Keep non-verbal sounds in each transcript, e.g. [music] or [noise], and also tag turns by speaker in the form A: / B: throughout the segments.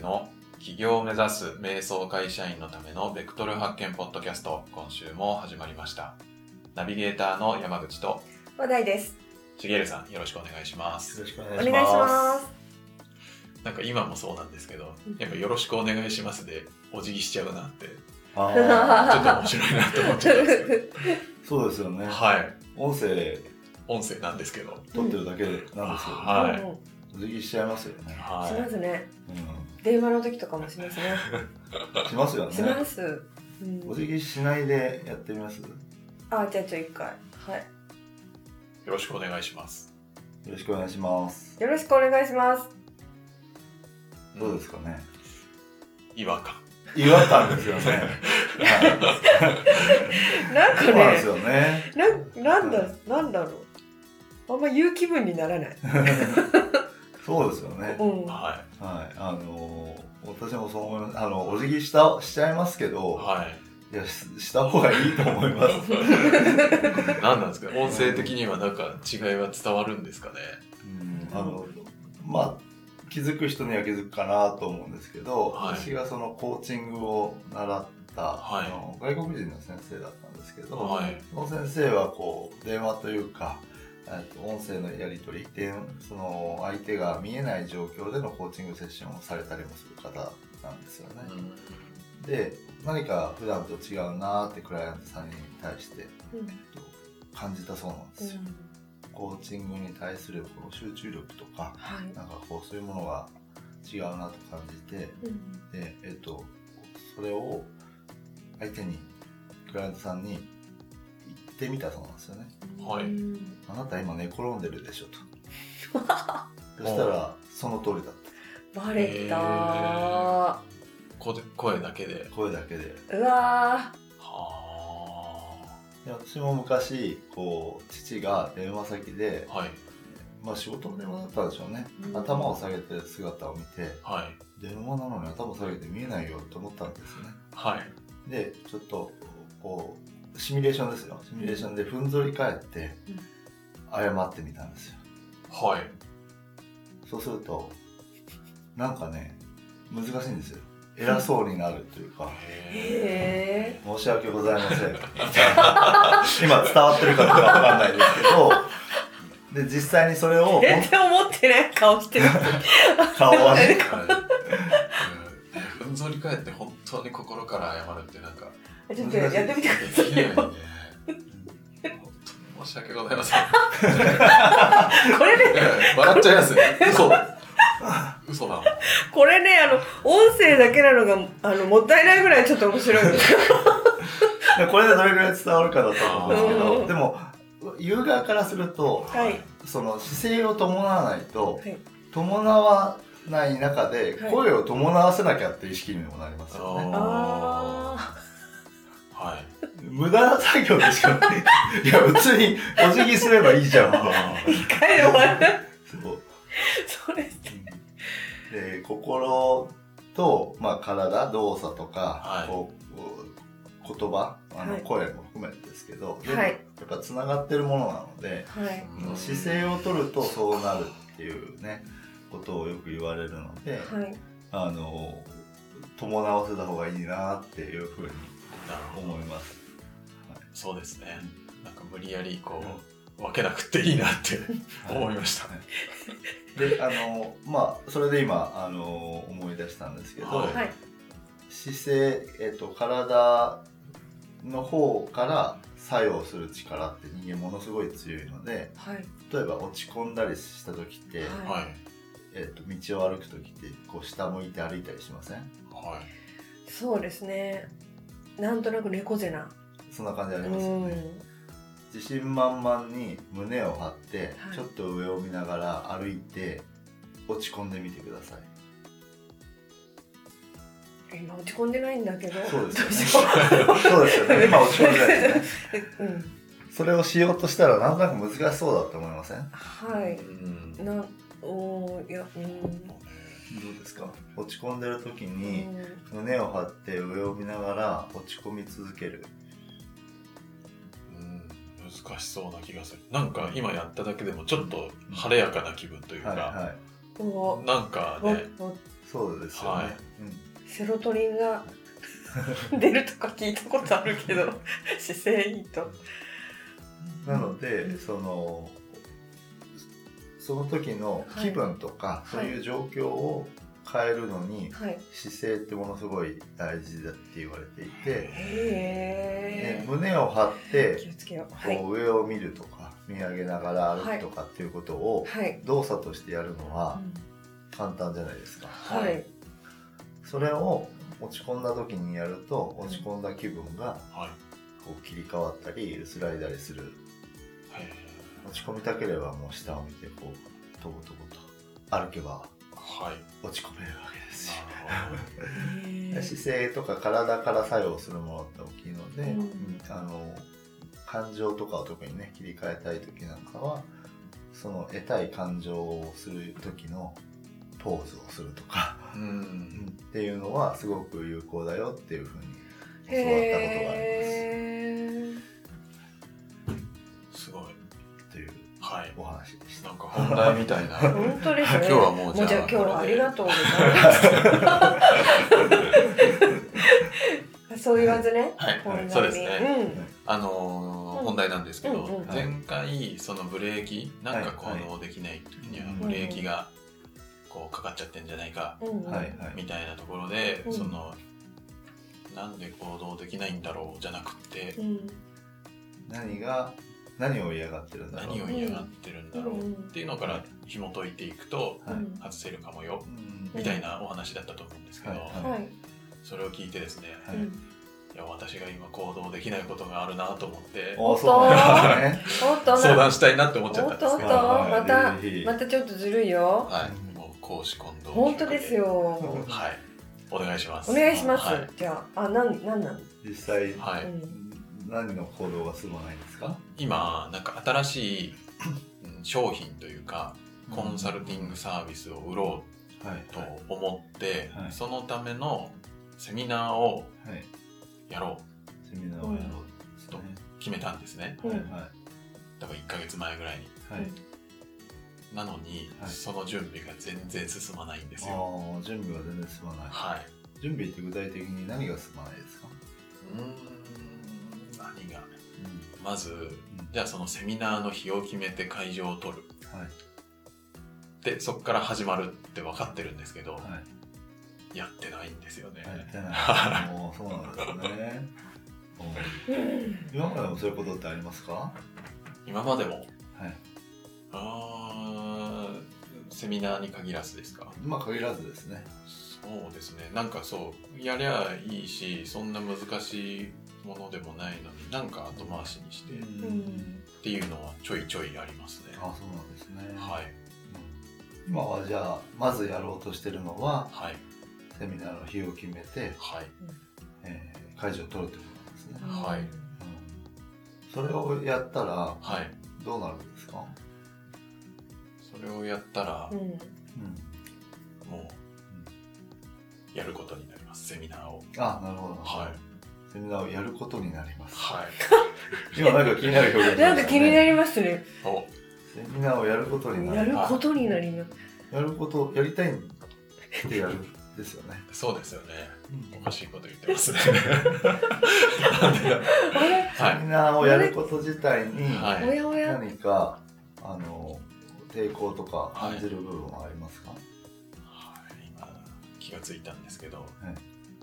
A: の起業を目指す瞑想会社員のためのベクトル発見ポッドキャスト今週も始まりましたナビゲーターの山口と
B: 話題です。
A: しげるさんよろしくお願いします
C: よろしくお
B: お
C: 願い
B: 願
C: し
B: いし
C: ま。
B: ますす。
A: なんか今もそうなんですけどやっぱよろしくお願いしますでお辞儀しちゃうなってち
C: あ
A: ょっと面白いなと思っちゃったんですけ
C: ーそうですよね。 [laughs]
A: どはい
C: 音声
A: 音声なんですけど
C: 撮ってるだけなんですよ、ね。
A: は
B: うんうん
C: お辞儀しちゃいますよね。
A: は
B: し
A: い
B: ますね。
C: う
B: 電話の時とかもしますね。
C: ん、しますよ
B: [laughs] しま
C: ね。
B: す。うん
C: お辞儀しないでやってみます。よ
B: あ、じゃあちょ一回。はい。
A: よろしくお願いします
C: ろしくお願いします。
B: よろしくお願いします。 [laughs]
A: ん
C: どうですかね。
A: 違和感
C: 違和感ですよね。はい
B: なんか
C: そうなんです
B: ね、
C: よね。
B: なんなんだなんだろう。あんま言う気分にならない。
C: そうですよね
B: う。ん。
A: は
C: はい、あのー私もそう思います。あのお辞儀したしちゃいますけ
A: い
C: ど、
A: はい
C: いやしした方がいいと思います。
A: [laughs] 何なんですか音声的にはなんか違いは伝わるんですかね
C: うんあのまあ気づく人には気づくかなと思うんですけど、
A: はい
C: 私がそのコーチングを習った、
A: はい
C: あの外国人の先生だったんですけど、
A: はい
C: その先生はこう電話というかえっと音声のやり取りでその相手が見えない状況でのコーチングセッションをされたりもする方なんですよね。
A: うん
C: で何か普段と違うなーってクライアントさんに対して
B: うん
C: えっと感じたそうなんですよ。コーチングに対するこの集中力とか
B: はい。
C: なんかこうそういうものが違うなと感じて
B: うん
C: で、えっと、それを相手にクライアントさんに言ってみたそうなんですよね。
A: はい
B: うん
C: あなた今寝転んでるでし
B: [laughs]
C: ょと。そしたらその通りだっ
B: バレたー。
A: こ声だけで
C: た声だけで。
B: うわ
A: は
C: で私も昔こう父が電話先で
A: あ、はい
C: まあ、仕事の電話だったんでしょうね、
B: うん
C: 頭を下げてる姿を見て
A: はい
C: 電話なのに頭下げて見えないよと思ったんですよね。
A: はい
C: でちょっとこうシミュレーションですよシミュレーションでふんぞり返って
B: うん
C: 謝ってみたんですよ
A: はい
C: そうするとなんかね難しいんですよ偉そうになるというか
B: ー。
A: へ
B: へ
C: 申し訳ございま
B: [laughs]
C: せん今伝わってるかどうかわかんないですけどで実際にそれを
B: え。全然思ってない顔してる。
C: 顔は
A: え
C: ね
A: はいうんふんぞり返って本当に心から謝るってなんか
B: ちょっとやってみてくださ
A: できないいね
B: よ。
A: 本当に申し訳ございません
B: これね、
A: [laughs] 笑っちゃいますね嘘嘘だもん
B: これね、あの、音声だけなのが、あの、もったいないぐらいちょっと面白いです。
C: でこれでどれぐらい伝わるかだと思うんですけ
B: う
C: ど
B: ん
C: でも言う側からすると
B: はい。
C: その姿勢を伴わないと、
B: はい
C: 伴わない中で
B: はい
C: 声を伴わせなきゃっていう意識にもなりますよね、
B: あ
A: はい
C: 無駄な作業でしかない [laughs] いや普通にお辞儀すればいいじゃん
B: ー。一回で終わる。
C: そう
B: それ。
C: で心と、まあ、体動作とか、
A: はい
C: こうこう言葉あの、
B: はい
C: 声も含めてですけど、全部
B: はい
C: やっぱつながってるものなので、
B: はい。
A: うん
C: 姿勢を取るとそうなるっていうねことをよく言われるの
B: は
C: で、
B: い。
C: あの伴わせた方がいいなっていうふうに
A: なるほど
C: 思います。
A: そうですねなんか無理やりこう分けなくていいなって思いましたね
C: であのまあそれで今あの思い出したんですけど、
A: はい
B: はい。
C: 姿勢、えっと体の方から作用する力って人間ものすごい強いので
B: はい。
C: 例えば落ち込んだりした時って、
B: はい
A: はい
C: えっと道を歩く時ってこう下向いて歩いたりしません
A: はい
B: そうですね。なんとなく猫背な。
C: そんな感じあ
B: う
C: りますよね。
B: ん。
C: 自信満々に胸を張って、
B: はい
C: ちょっと上を見ながら歩いて落ち込んでみてください
B: 今落ち込んでないんだけど。
C: そうですよね
B: どうしよ
C: そうですよね今落ち込んでないですね
B: [laughs] ううん。
C: それをしようとしたらなんとなく難しそうだって思いませんど
B: はい。
A: うん
B: な、おーいや、うん。
C: うですか落ち込んでる時
B: う
C: に
B: ん
C: 胸を張って上を見ながら落ち込み続ける
A: うん難しそうな気がするなんか今やっただけでもちょっと晴れやかな気分というか、
C: はいはい
B: おー
A: なんかね
B: おお
C: そうですよね、
A: はい
C: うん
B: セロトリンが [laughs] 出るとか聞いたことあるけど [laughs] 姿勢いいと
C: なのでそのその時の気分とか、
B: はい
C: そういう状況を変えるのに
B: はい
C: 姿勢ってものすごい大事だって言われていて、ね
B: へえ
C: 胸を張って
B: 気をつけようはい
C: こう上を見るとか見上げながら歩くとかっていうことを
B: はい
C: 動作としてやるの
B: う
C: は
B: ん
C: 簡単じゃないですか。
B: はいい
C: それを落ち込んだ時にやると落ち込んだ気分が
A: はい
C: こう切り替わったり薄らいだりする
A: へ
C: 落ち込みたければもう下を見てこうとことこと歩けば
A: ーはい
C: 落ち込めるわけですよ
A: なる
B: へー
C: 姿勢とか体から作用するものって大きいので、
B: うん
C: うんあの感情とかを特にね切り替えたい時なんかはその得たい感情をする時のポーズをするとか、
A: ほどうん
C: っていうのはすごく有効だよっていうふうに教わったことがあり
B: へー
A: すごい
C: ますという
A: はい
C: お話でした
A: なんか本題みたいな今
B: 本当ですね
A: 日はもうじゃ
B: もう
A: あ
B: じゃあ今日はありが
A: う
B: とうございます。 [laughs] そういう感じね。
A: はい
B: こんなに
A: そうですね。あのー
B: うん
A: 本題なんですけど、
B: うんうん
A: 前回そのブレーキなんか行動できない時には
C: はい
A: ブレーキがこうかかっちゃってんじゃないか
B: うん。うん
C: はいはい。
A: みたいなところで、
B: うん
A: そのなんで行動できないんだろうじゃなくて
B: うん。
C: 何が何を嫌がってるんだろう
A: 何を嫌がってるんだろうっていうのから紐解いていくと
B: う
C: はい
B: ん
A: 外せるかもよ
C: うん
A: みたいなお話だったと思うんですけど、
C: はいはい
B: はい。
A: それを聞いてですね、
C: はいい
A: いや私が今行動できないことがあるなと思って
C: おそうなんですね
B: おっと
A: 相
B: な。
A: 談したいなって思っちゃったんですけど、
B: おっとおっ
A: は
B: とまた
C: はい
B: またちょっとずるいよ。
A: い、もう講師混同
B: 本当ですよ。
A: はい、お願いします。
B: お願いします
A: はい。
B: じゃああなんなんなん。
C: 実際
A: はい
B: うん
C: 何の行動が進まないんですか
A: 今なんか新しいうん商品というかコンサルティングサービスを売ろ
C: はいう
A: と思って、
C: はい
A: そのためのセミナーを
C: はい
A: やろ
C: セミナーをやろうですね
A: う決めたんですね。
B: うん
C: はい
A: だから1ヶ月前ぐらいに。
C: はいはい
A: なのに、
C: はい
A: その準備が全然進まないんですよ。
C: ああ準備は全然進まない
A: はい。
C: 準備って具体的に何が進まないですか
A: うーん、何がまずじゃあそのセミナーの日を決めて会場を取る
C: はい
A: でそこから始まるって分かってるんですけど、
C: はい
A: やってないんですよね、
C: や [laughs] ってない。もうそうなんですね。
B: うん
C: 今までもそういうことってありますか？は
A: 今までも
C: い。
A: あーセミナーに限らずですか
C: まあ限らずですね。
A: そうですねなんかそうやりゃいいしそんな難しいものでもないのになんか後回しにしてっ
B: うん。
A: ていうのはちょいちょいありますね、
C: あ、そうなんですね。。
A: はいい
C: 今はじゃあまずやろうとしてるのは
A: はい
C: セミナーの日を決めて、
A: はい
C: えー会場を取るってことなんですね。
A: はい
C: うんそれをやったら
A: はい
C: どうなるんですか？
A: それをやったら
B: うん。
C: うん。
A: もうやることになりますセミナーを
C: あ、なるほど。
A: はい
C: セミナーをやることになります。
A: はい
C: 今なんか気になる表現しました
B: な
C: ね
B: んか気になりますね。
A: お
C: セミナーをやることになる
B: や。ることになります。
C: やることやりたいってやるですよね。
A: そうですよね。おか
C: セ
A: しいこと言って
C: [laughs]
A: ますね。なんでだ
B: あれ
A: はい。
C: ミナーをやること自体に
A: はい
B: おやおや。
C: 何かあの抵抗とか感じる部分はありますか？
A: 今気がついたんですけど、
C: は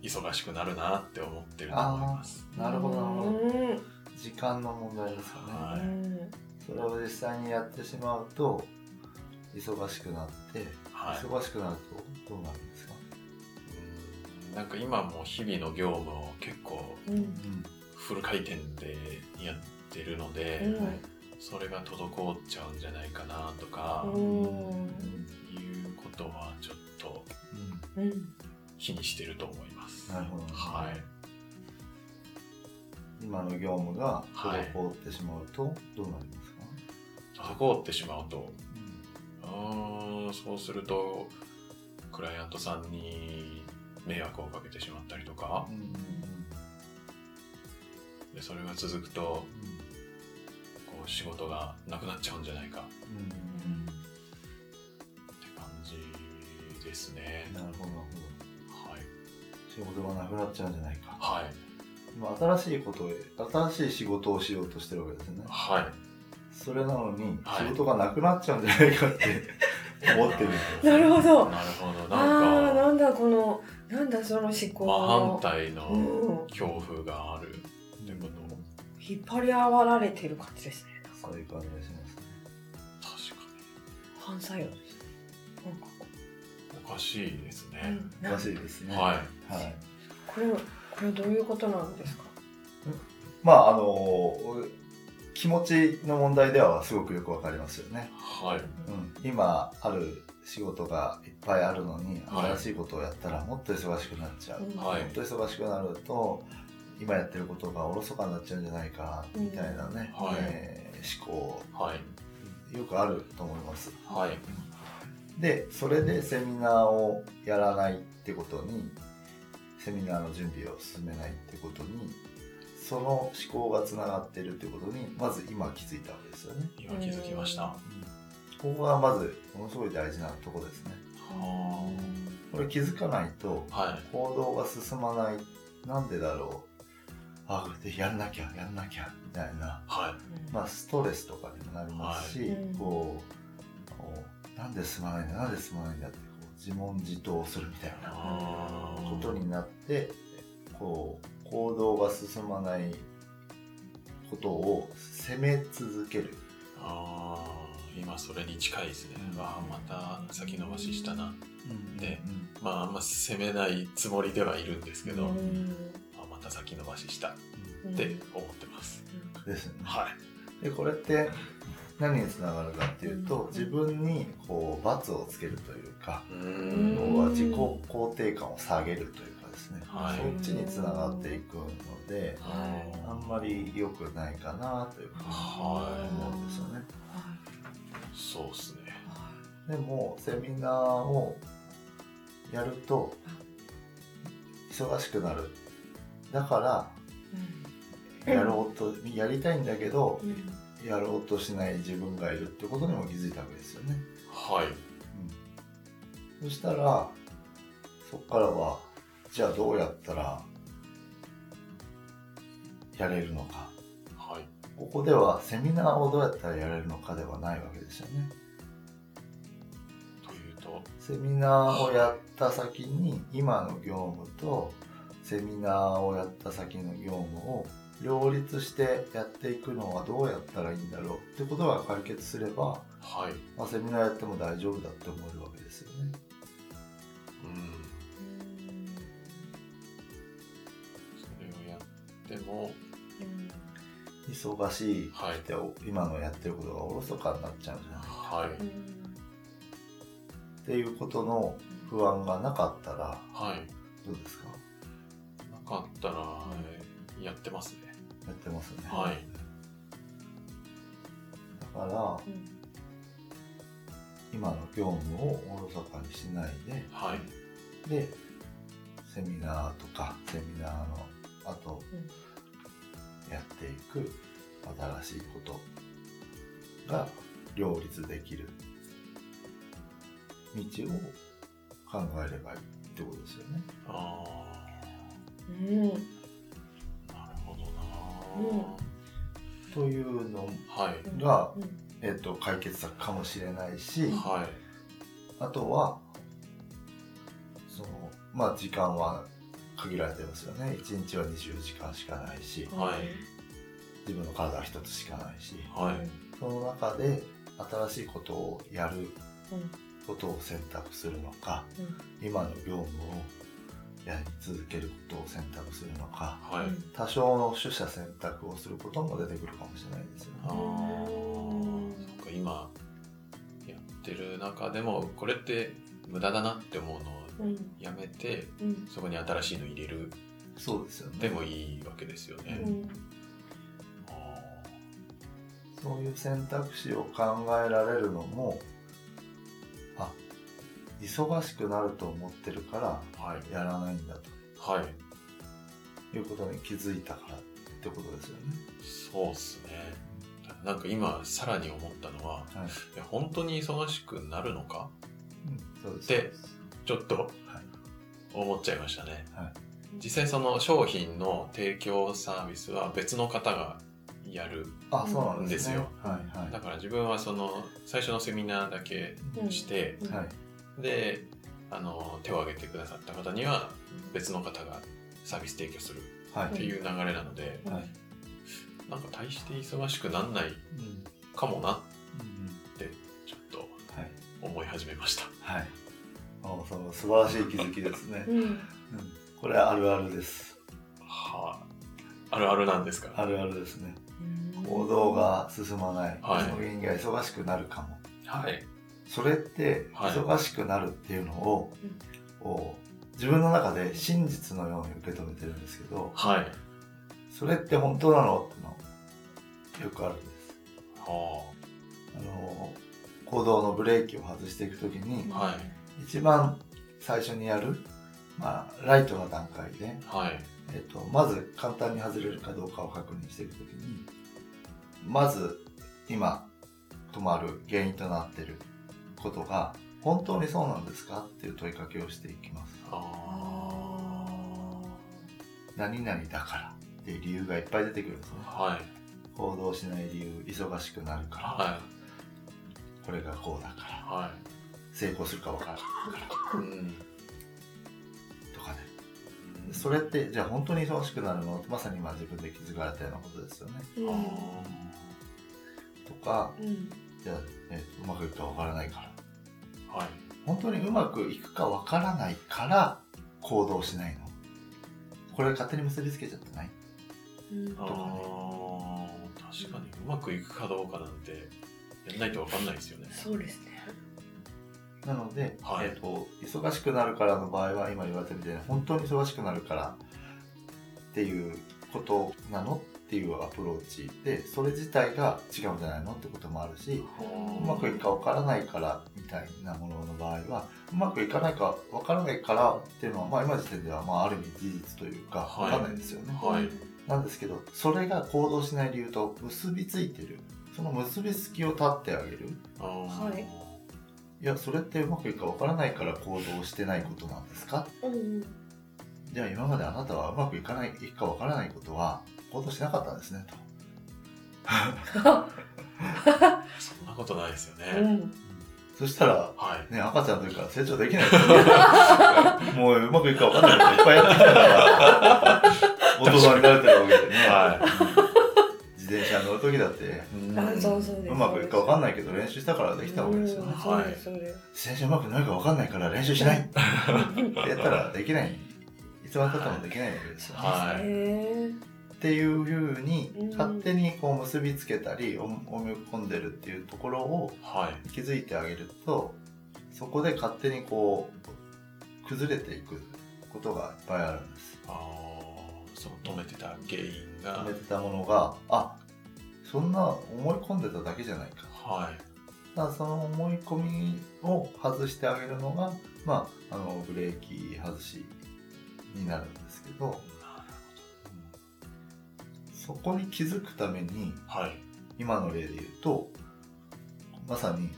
A: 忙しくなるなって思ってると思います。
C: なるほどなるほど。
B: うん。
C: 時間の問題ですかね。
A: は
B: うん
C: それを実際にやってしまうと忙しくなって、
A: はい。
C: 忙しくなるとどうなるんですか？
A: うんなんか今もう日々の業務を結構
B: うん。
A: フル回転でやってるので、
B: うん
A: それが滞っちゃうんじゃないかなとか
B: う、ん。
A: いうことはちょっと
C: う
B: うん。
A: 気にしてると思います。
C: んなるほど。
A: はい。
C: 今の業務が滞ってしまうとどうなりますか？
A: 滞ってしまうと、あーそうするとクライアントさんに迷惑をかけてしまったりとか
C: うんうん
A: でそれが続くと
C: うんうん
A: こう仕事がなくなっちゃうんじゃないかって感じでですね。
C: なるほどなるほど
A: はい。
C: 仕事がなくなっちゃうんじゃないか
A: はい。
C: 今新しいことを新しい仕事をしようとしてるわけですよね
A: はい。
C: それなのに
A: はい
C: 仕事がなくなっちゃうんじゃないかって思ってるんですよ
B: なるほど
A: なるほど。
B: ああ
A: な
B: ーなん
A: か、
B: んだこのなんだその思考
A: 真反
B: の、
A: 対
B: う
A: の
B: ん、
A: 恐怖があるってこと
B: 引っ張り合われてる感じですね
C: そういう感じがしますね
A: 確か
B: 反作用ですねなんかこ
A: に。おかしいです
B: う、う
A: ね。
B: ん、
C: お
B: なん
C: か
B: か
C: しいですね
A: はい。
C: はい
B: これこれどういうことなんですか
C: まああの気持ちの問題ではすごくよくわかりますよね、
A: はい。
C: うん、今ある仕事がいっぱいあるのに
A: はい
C: 新しいことをやったらもっと忙しくなっちゃう、
B: うん
A: はい
C: もっと忙しくなると今やってることがおろそかになっちゃうんじゃないかみたいなね、
A: うんはい
C: えー思
A: はい。
C: 考よくあると思います
A: はい。
C: でそれでセミナーをやらないってことにセミナーの準備を進めないってことにその思考がつながってるってことにまず今気づいたわけですよね。
A: 今気づきました。は
C: ここがまずものすごい大事なとこですね。これ気づかないと
A: あ。はい。
C: 行動が進まないなんでだろうあでやんなきゃやんなきゃみたいな、
A: は
C: まあ、ストレスとかにもなりますし、
B: はいうん
C: こうこうなんで進まないんだなんで進まないんだってこう自問自答するみた
A: い。
C: いな。
A: あー
C: ことになってこう行動が進まないことを責め続ける
A: あー今それに近いですね。わあ、また先延ばししたな。でまあ、あんま責めないつもりではいるんですけど、
B: うん
A: あまた先延ばししたっ
B: うん
A: て思ってます。
C: ですよね。
A: はい。
C: でこれって何につながるかっていう
B: うん
C: と自分にこう罰をつけるというか
A: う。
B: うん
C: 要は自己肯定感を下げるというかですね、
A: はい
C: そっちにつながっていくのであ
A: あ
C: んまり良くないかなというふうに思うんですよね。
B: は
A: ーそうですね。
B: いは
C: でもセミナーをやると忙しくなるだか
B: い
C: らやろうとやりたいんだけど
B: うんうん
C: やろうとしない自分がいるってことにも気づいたわけですよね、
A: はい。
C: うん、そしたらそこからはじゃあどうやったらやれるのか
A: はい。
C: ここではセミナーをどうやったらやれるのかではないわけですよね
A: というと、
C: セミナーをやった先に今の業務とセミナーをやった先の業務を両立してやっていくのはどうやったらいいんだろうってことが解決すれば、
A: はい。う
C: まあ、セミナーやっても大丈夫だって思えるわけですよね。
A: ん。それをやっても、
B: うん
C: 忙しい
A: はい
C: くて今のやってることがおろそかになっちゃうんじゃない
A: はい。
B: うん
C: っていうことの不安がなかったら
A: はい。
C: どうですか
A: なかったら、えーやってますね。
C: やってますね。
A: はい
C: だから
B: うん
C: 今の業務をおろそかにしないで
A: はい。
C: でセミナーとかセミナーのあとやっていく新しいことが両立できる道を考えればいいってことですよね。
A: あ
B: うん
A: あ、なるほど
C: というの
A: な。はい。
B: うん
C: が
B: うん
C: えっと解決策かもしれないし
A: はい。
C: あとはそのまあ時間は限られてますよね1日は20時間しかないし
A: はい
C: 自分の体は1つしかないし。
A: はい。
C: その中で新しいことをやる
B: うん
C: ことを選択するのか、
B: う
C: 今の業務をやり続けることを選択するのか
A: はい。
B: うん
C: 多少の取捨選択をすることも出てくるかもしれないですよね
A: ああ、そっか、今、やってる中でも、これって無駄だなって思うのを
B: うん
A: やめて、
B: うん
A: そこに新しいの入れる
C: そうですよね
A: でもいいわけですよね。
B: うん
A: あ
C: そういう選択肢を考えられるのもあ忙しくなると思ってるか
A: ーはい。
C: らやらないんだ
A: はい。
C: ということに気づいたからってことですよね。
A: そうっすね。なんか今、さらに思ったのは、
C: はい
A: いや本当に忙しくなるのか
C: うん、そうです
A: でちょっと
C: はい
A: 思っちゃいましたね、
C: はい
A: 実際その商品の提供サービスは別の方がやる
C: あそうなんです,、ね、
A: ですよ
C: はいはい
A: だから自分はその最初のセミナーだけ
B: うん
A: して、
B: うん
C: はい
A: であの手を挙げてくださった方には別の方がサービス提供する
C: はい
A: っていう流れなので、
C: はい
A: なんか大して忙しくなんない
C: うん
A: かもなっ
C: うん
A: てちょっと
C: はい
A: 思い始めました
C: はいあそう素晴らしい気づきですね、
B: うん
C: うん、これはあるあるです
A: はああるあるなんですか
C: あるあるですね行動が進まない、
A: はい
C: その原因が忙しくなるかも
A: はい
C: それって
A: はい
C: 忙しくなるっていうのを、こう自分の中で真実のように受け止めてるんですけど
A: はい
C: それって本当なのってのよくあるんです
A: は
C: あの行動のブレーキを外していくときに
A: は
C: 一番最初にやる、まあ、ライトな段階で、
A: あはい
C: えっとまず簡単に外れるかどうかを確認していくときにまず今止まる原因となっていることが本当にそうなんですかっていう問いかけをしていきます
A: あ
C: 何々だからっていう理由がいっぱい出てくるんですね
A: あはい
C: 行動しない理由忙しくなるから
A: は
C: これがこうだか
A: い
C: ら
A: は
C: 成功するか分からないから
A: いうん
C: とかねそれってじゃあ本当に忙しくなるのまさに今自分で気づかれたようなことですよね
B: うん
A: あ
C: とか
B: うん
C: じゃあ、えうまくいくか分からないから
A: あはい
C: 本当にうまくいくかわからないから行動しないのこれ勝手に結びつけちゃってない
B: うん
A: ああ確かにうまくいくかどうかなんてやんないとわかんないですよね
B: そうですね
C: なので、
A: はい
C: えっと忙しくなるからの場合は今言われたみたいに本当に忙しくなるからっていうことなのっていうアプローチでそれ自体が違うんじゃないのってこともあるし
A: は
C: うまくいくかわからないからみたいなものの場合はうまくいかないかわからないからっていうのは、まあ、今の時点では、まあ、ある意味事実というか
A: は
C: わ
A: い
C: かんないですよね。
A: はい
C: なんですけどそれが行動しない理由と結びついてるその結びつきを立ってあげる
A: あー
B: はい
C: いやそれってうまくいくかわからないから行動してないことなんですか
B: うん
C: じゃあ今まであなたはうまくいかないいくかわからないことは行動しなかったんですねと
A: そんなことないですよね、
B: うん
C: そしたら
A: はい
C: ね赤ちゃんの時から成長できないで
A: [laughs]
C: すよもううまくいくかわからないこといっぱいやってきたから大人になれてるわけでね、自転車乗る時だって
A: うん
B: あそうそうです
C: うまくいくかわかんないけど練習したからできたわけですよね
B: うんそうですそうです
C: 先生うまくなるか分かんないから練習しないってやったらできないいつまでたってもできないわけですよ、
A: はい
B: へ
C: っていうふうに
B: うん
C: 勝手にこう結びつけたりお思い込んでるっていうところを
A: はい
C: 気づいてあげるとそこで勝手にこう崩れていくことがいっぱいあるんです
A: あーその止めてた原因が
C: 止めてたものがあそんな思い込んでただけじゃないか
A: はい
C: だからその思い込みを外してあげるのが、まあ、あのブレーキ外しになるんですけどそこに気づくために
A: はい
C: 今の例で言うとまさに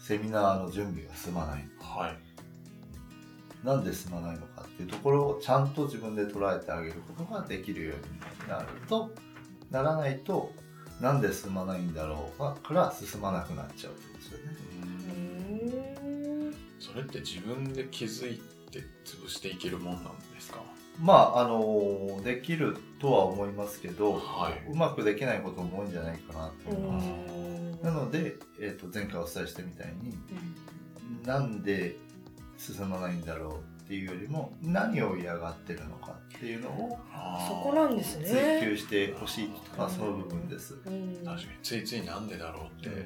C: セミナーの準備が済まない
A: はい
C: なんで済まないのかっていうところをちゃんと自分で捉えてあげることができるようになるとならないとなんで済まないんだろうがから進まなくなっちゃうってことですよね。
B: え
A: それって自分で気づいて潰していけるもんなんですか
C: まああのできるとは思いますけど、
A: はいう
C: まくできないことも多いんじゃないかなと思います。
B: うん
C: なので、えー、と前回お伝えしたみたいになんで進まないんだろうっていうよりも何を嫌がってるのかっていうのを
B: そこなんですす
C: 追
B: ね
C: 求してほしいとか、その部分です。
B: うん
A: 確かについついなんでだろうって思っ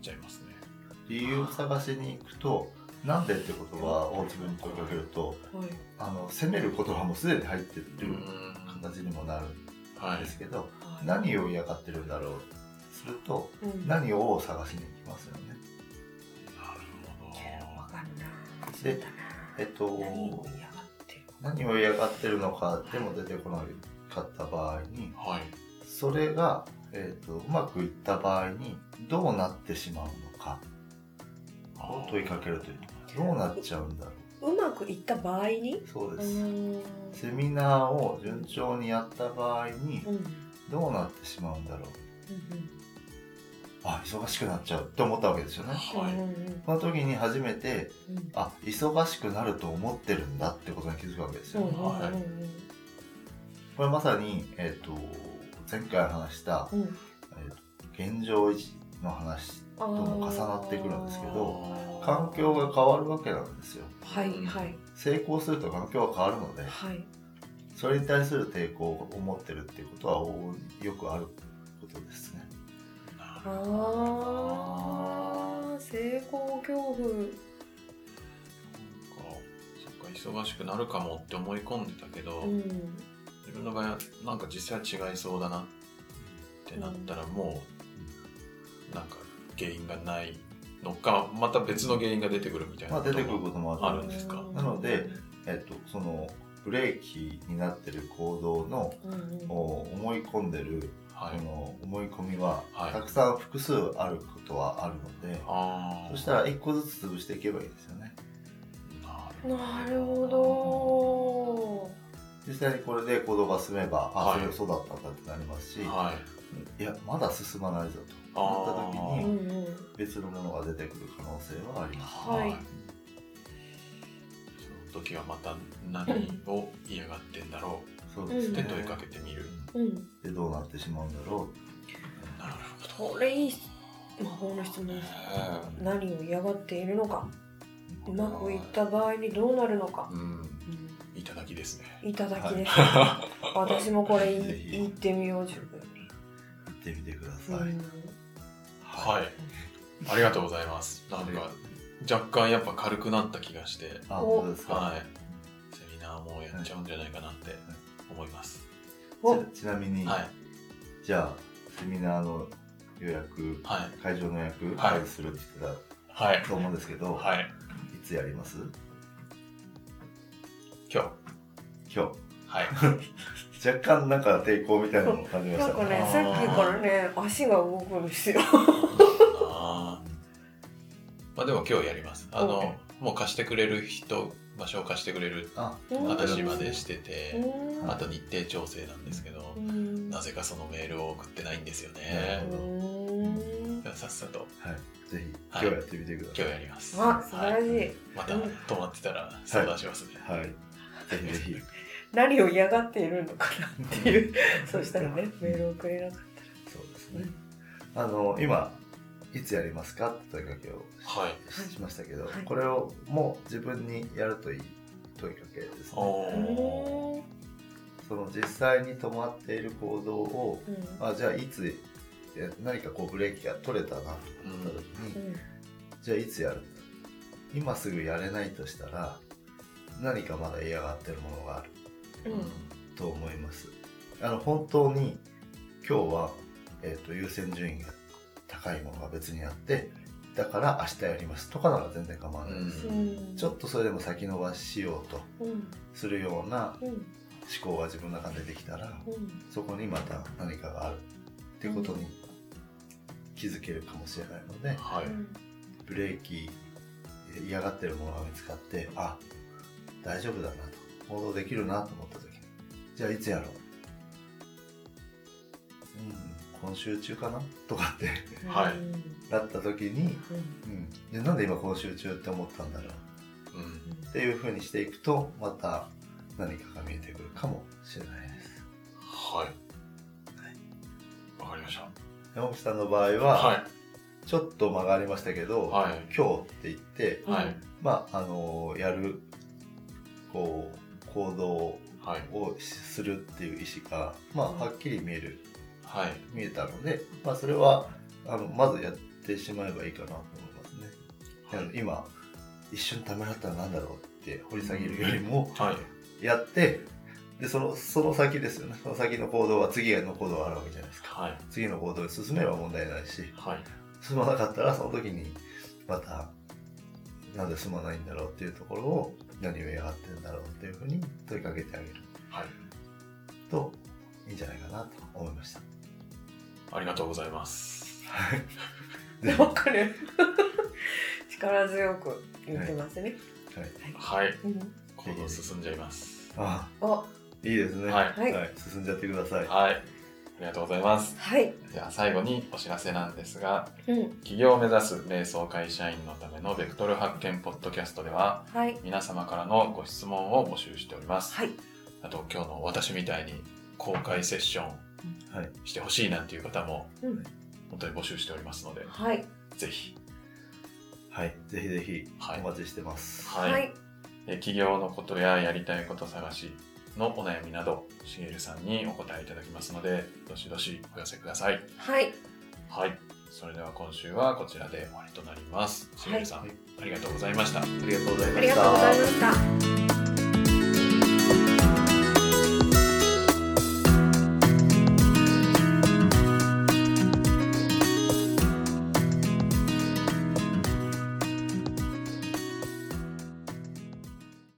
A: ちゃいますね
C: 理由を探しに行くとなんでって言葉を自分に問いかけると
B: はい
C: あの責める言葉もすでに入ってる
A: うん
C: 形にもなるん
A: は
C: ですけど、
B: はい
C: 何を嫌がってるんだろうすると
B: うん
C: 何を探しに行きますよね
B: わ
A: い
B: かるなそう
C: で
B: だな
C: えっと
B: 何を嫌がってる
C: 何を嫌がってるのかでも出てこなかった場合に
A: はい
C: それが、えっとうまくいった場合にどうなってしまうのかを問いかけるというどうなっちゃうんだろ
B: うまくいった場合に
C: そう
B: う
C: で
B: ー
C: す
B: ん
C: セミナーを順調にやった場合に
B: うんうん
C: どうなってしまうんだろう
B: うん
C: あ忙しくなっちゃうって思ったわけですよね
A: は
B: うん
A: い。
C: その時に初めて
B: うんうん
C: あ忙しくなると思ってるんだってことに気づくわけですよ、
B: うんうん
A: はい
C: これまさに、えっと前回話した
B: うんうん
C: 現状維持の話
B: あー
C: とも重なってくるんですけど
A: あ
C: 環境が変わるわけなんですよ
B: はいはい
C: 成功すると環境が変わるので
B: はい
C: それに対する抵抗を持ってるっていうことはおよくあることですね
A: なる
B: あー成功恐怖
A: なんかそっか忙しくなるかもって思い込んでたけど、
B: うん
A: 自分の場合なんか実際は違いそうだなってなったらもうなんか原因がないのかまた別の原因が出てくるみたいな
C: まあ
A: こと
C: 出
A: が
C: てくることもあ
A: あ
C: る
A: るんですか
C: なので、えっとそのブレーキになってる行動の
B: うんうん
C: お思い込んでる
A: は
C: こ
A: い
C: の思い込みは
A: はい
C: たくさん複数あることはあるので、
A: あ
C: そしたら一個ずつ潰していけばいいですよね
A: ら
B: なるほ
C: 実際にこれで行動が進めば、
A: はい
C: あそれそうだったんだってなりますし、
A: はい
C: い、やまだ進まないぞと
A: あ
C: な
A: ー
C: った
B: ど。
C: 時
B: う
C: に
B: んうん。
C: 別のものが出てくる可能性はあります
B: はい
A: その時はまた何を嫌がってんだろ
C: そうです
A: うっ
C: ね
A: て問いかけてみる、
B: うん。
C: でどうなってしまうんだろう
A: なるほど
B: これいいっす魔法の質問です。何を嫌がっているのか、うまくいった場合にどうなるのか。
A: うんいただきですね
B: いただきです。 [laughs] 私もこれい
C: ぜひ
B: 言ってみよう自分
C: 行ってみてください、
B: に。
A: はい、ありがとうございますなんか若干やっぱ軽くなった気がして
C: あ
B: お
C: そうですか、
A: はいセミナーもやっちゃうんじゃないかなって思います
B: お
C: ちちなみに、
A: はい
C: じゃあセミナーの予約
A: はい
C: 会場の予約
A: はい
C: 開始するって言って
A: はい
C: たと思うんですけど、
A: はい
C: い、つやります
A: 今日
C: 今
A: [laughs] はい
C: 日若干なんか抵抗みたいなのを感じま
B: な
C: し
B: ん
C: た
B: かねさっきからね足が動くんですよ。
A: あーまあでも今日やりますあのもう貸してくれる人場所を貸してくれる
C: あ
B: うん
A: 話まで
C: し
A: してて、
B: うん
A: あと日程調整なんですけど
B: う、ん
A: なぜかそのメールを送ってないんですよ
C: な
A: ね
C: る。
B: うん
A: だからさっさと
C: はい、ぜひ今
A: はい
C: 日やってみてくださ
A: 今
C: い。
A: 日やります。
B: あ素晴ら
A: は
B: し
A: い
B: い。
A: また止まってたら相談しますね。
C: はい、ぜひぜひ。
B: 何を嫌がっているのかなっていうそうしたらねメールをくれなかっ
C: そうですね。あの今いつやりますかって問いかけを
A: はい。
C: ししましたけど、
B: はい
C: これをもう自分にやるといい問いかけですね。
B: た。
A: おー
C: その実際に止まっている行動を、
B: うん
C: あじゃあいつえ何かこうブレーキが取れたなと思った時に、
B: うん
C: じゃあいつやる？今すぐやれないとしたら何かまだ嫌がってるものがある。
B: うん
C: と思いますあの本当に今日は、えー、と優先順位が高いものが別にあってだから明日やりますとかなら全然構わないです、
A: う
B: うん
C: ちょっとそれでも先延ばししようと
B: うん
C: するような
B: うん
C: 思考が自分の中に出てきたら
B: うん
C: そこにまた何かがあるってことに気づけるかもしれないので
A: はい。
C: ブレーキえー嫌がってるものが見つかってあ大丈夫だなと行動できるなと思った時にじゃあいつやろううん今週中かなとかって
A: はい
B: うん
C: なった時に、
B: うん
C: うん、でなんで今今週中って思ったんだろう
A: うん。
C: っていうふうにしていくとまた何かが見えてくるかもしれないです
A: はい。わかりました。
C: 山口さんの場合は、
A: は
C: ちょっと曲がりましたけど、
A: い。はい。
C: 今日って言って
A: はい。
C: まああのやるこう行動を
A: はい。
C: をするっていう意思が、まあ、はっきり見える
A: はい。
C: 見えたので、まあ、それはあのまずやってしまえばいいかなと思いますね。あの今一瞬ためらったら何だろうって掘り下げるよりも
A: はい。
C: やってでそのその先ですよねその先の行動は次の行動があるわけじゃないですか
A: はい。
C: 次の行動に進めば問題ないし
A: はい。
C: 進まなかったらその時にまたなんで進まないんだろうっていうところを何を嫌がってるんだろうっていうふうに問いかけてあげる
A: はい。
C: といいんじゃないかなと思いました。
A: ありがとうございます。
C: で
B: なんかね力強く言ってますね
C: はい、
A: はい、
B: うん、
A: 行動進んじゃいます。
C: あ
B: あ
C: いいですね
A: はい
B: はい
C: 進んじゃってください
A: はい、ありがとうございます。
B: はい、
A: では最後にお知らせなんですが、
B: うん、
A: 企業を目指す瞑想会社員のためのベクトル発見ポッドキャストでは、
B: はい、
A: 皆様からのご質問を募集しております。
B: はい、
A: あと今日の私みたいに公開セッション
C: はい
A: してほしいなんていう方も
B: うん
A: 本当に募集しておりますので、
B: はい、
A: ぜひ、
C: はいぜひぜひ
A: はい
C: お待ちしてます
A: はいえ企業のことややりたいこと探しのお悩みなど、しげるさんにお答えいただきますので、どしどしお寄せください。
B: はい、
A: はい。それでは今週はこちらで終わりとなります。し
B: はい
A: げるさん、ありがとうございました。
C: ありがとうござい
B: あ
C: ま
B: り
C: し
B: がとうご
C: た
B: ざいました。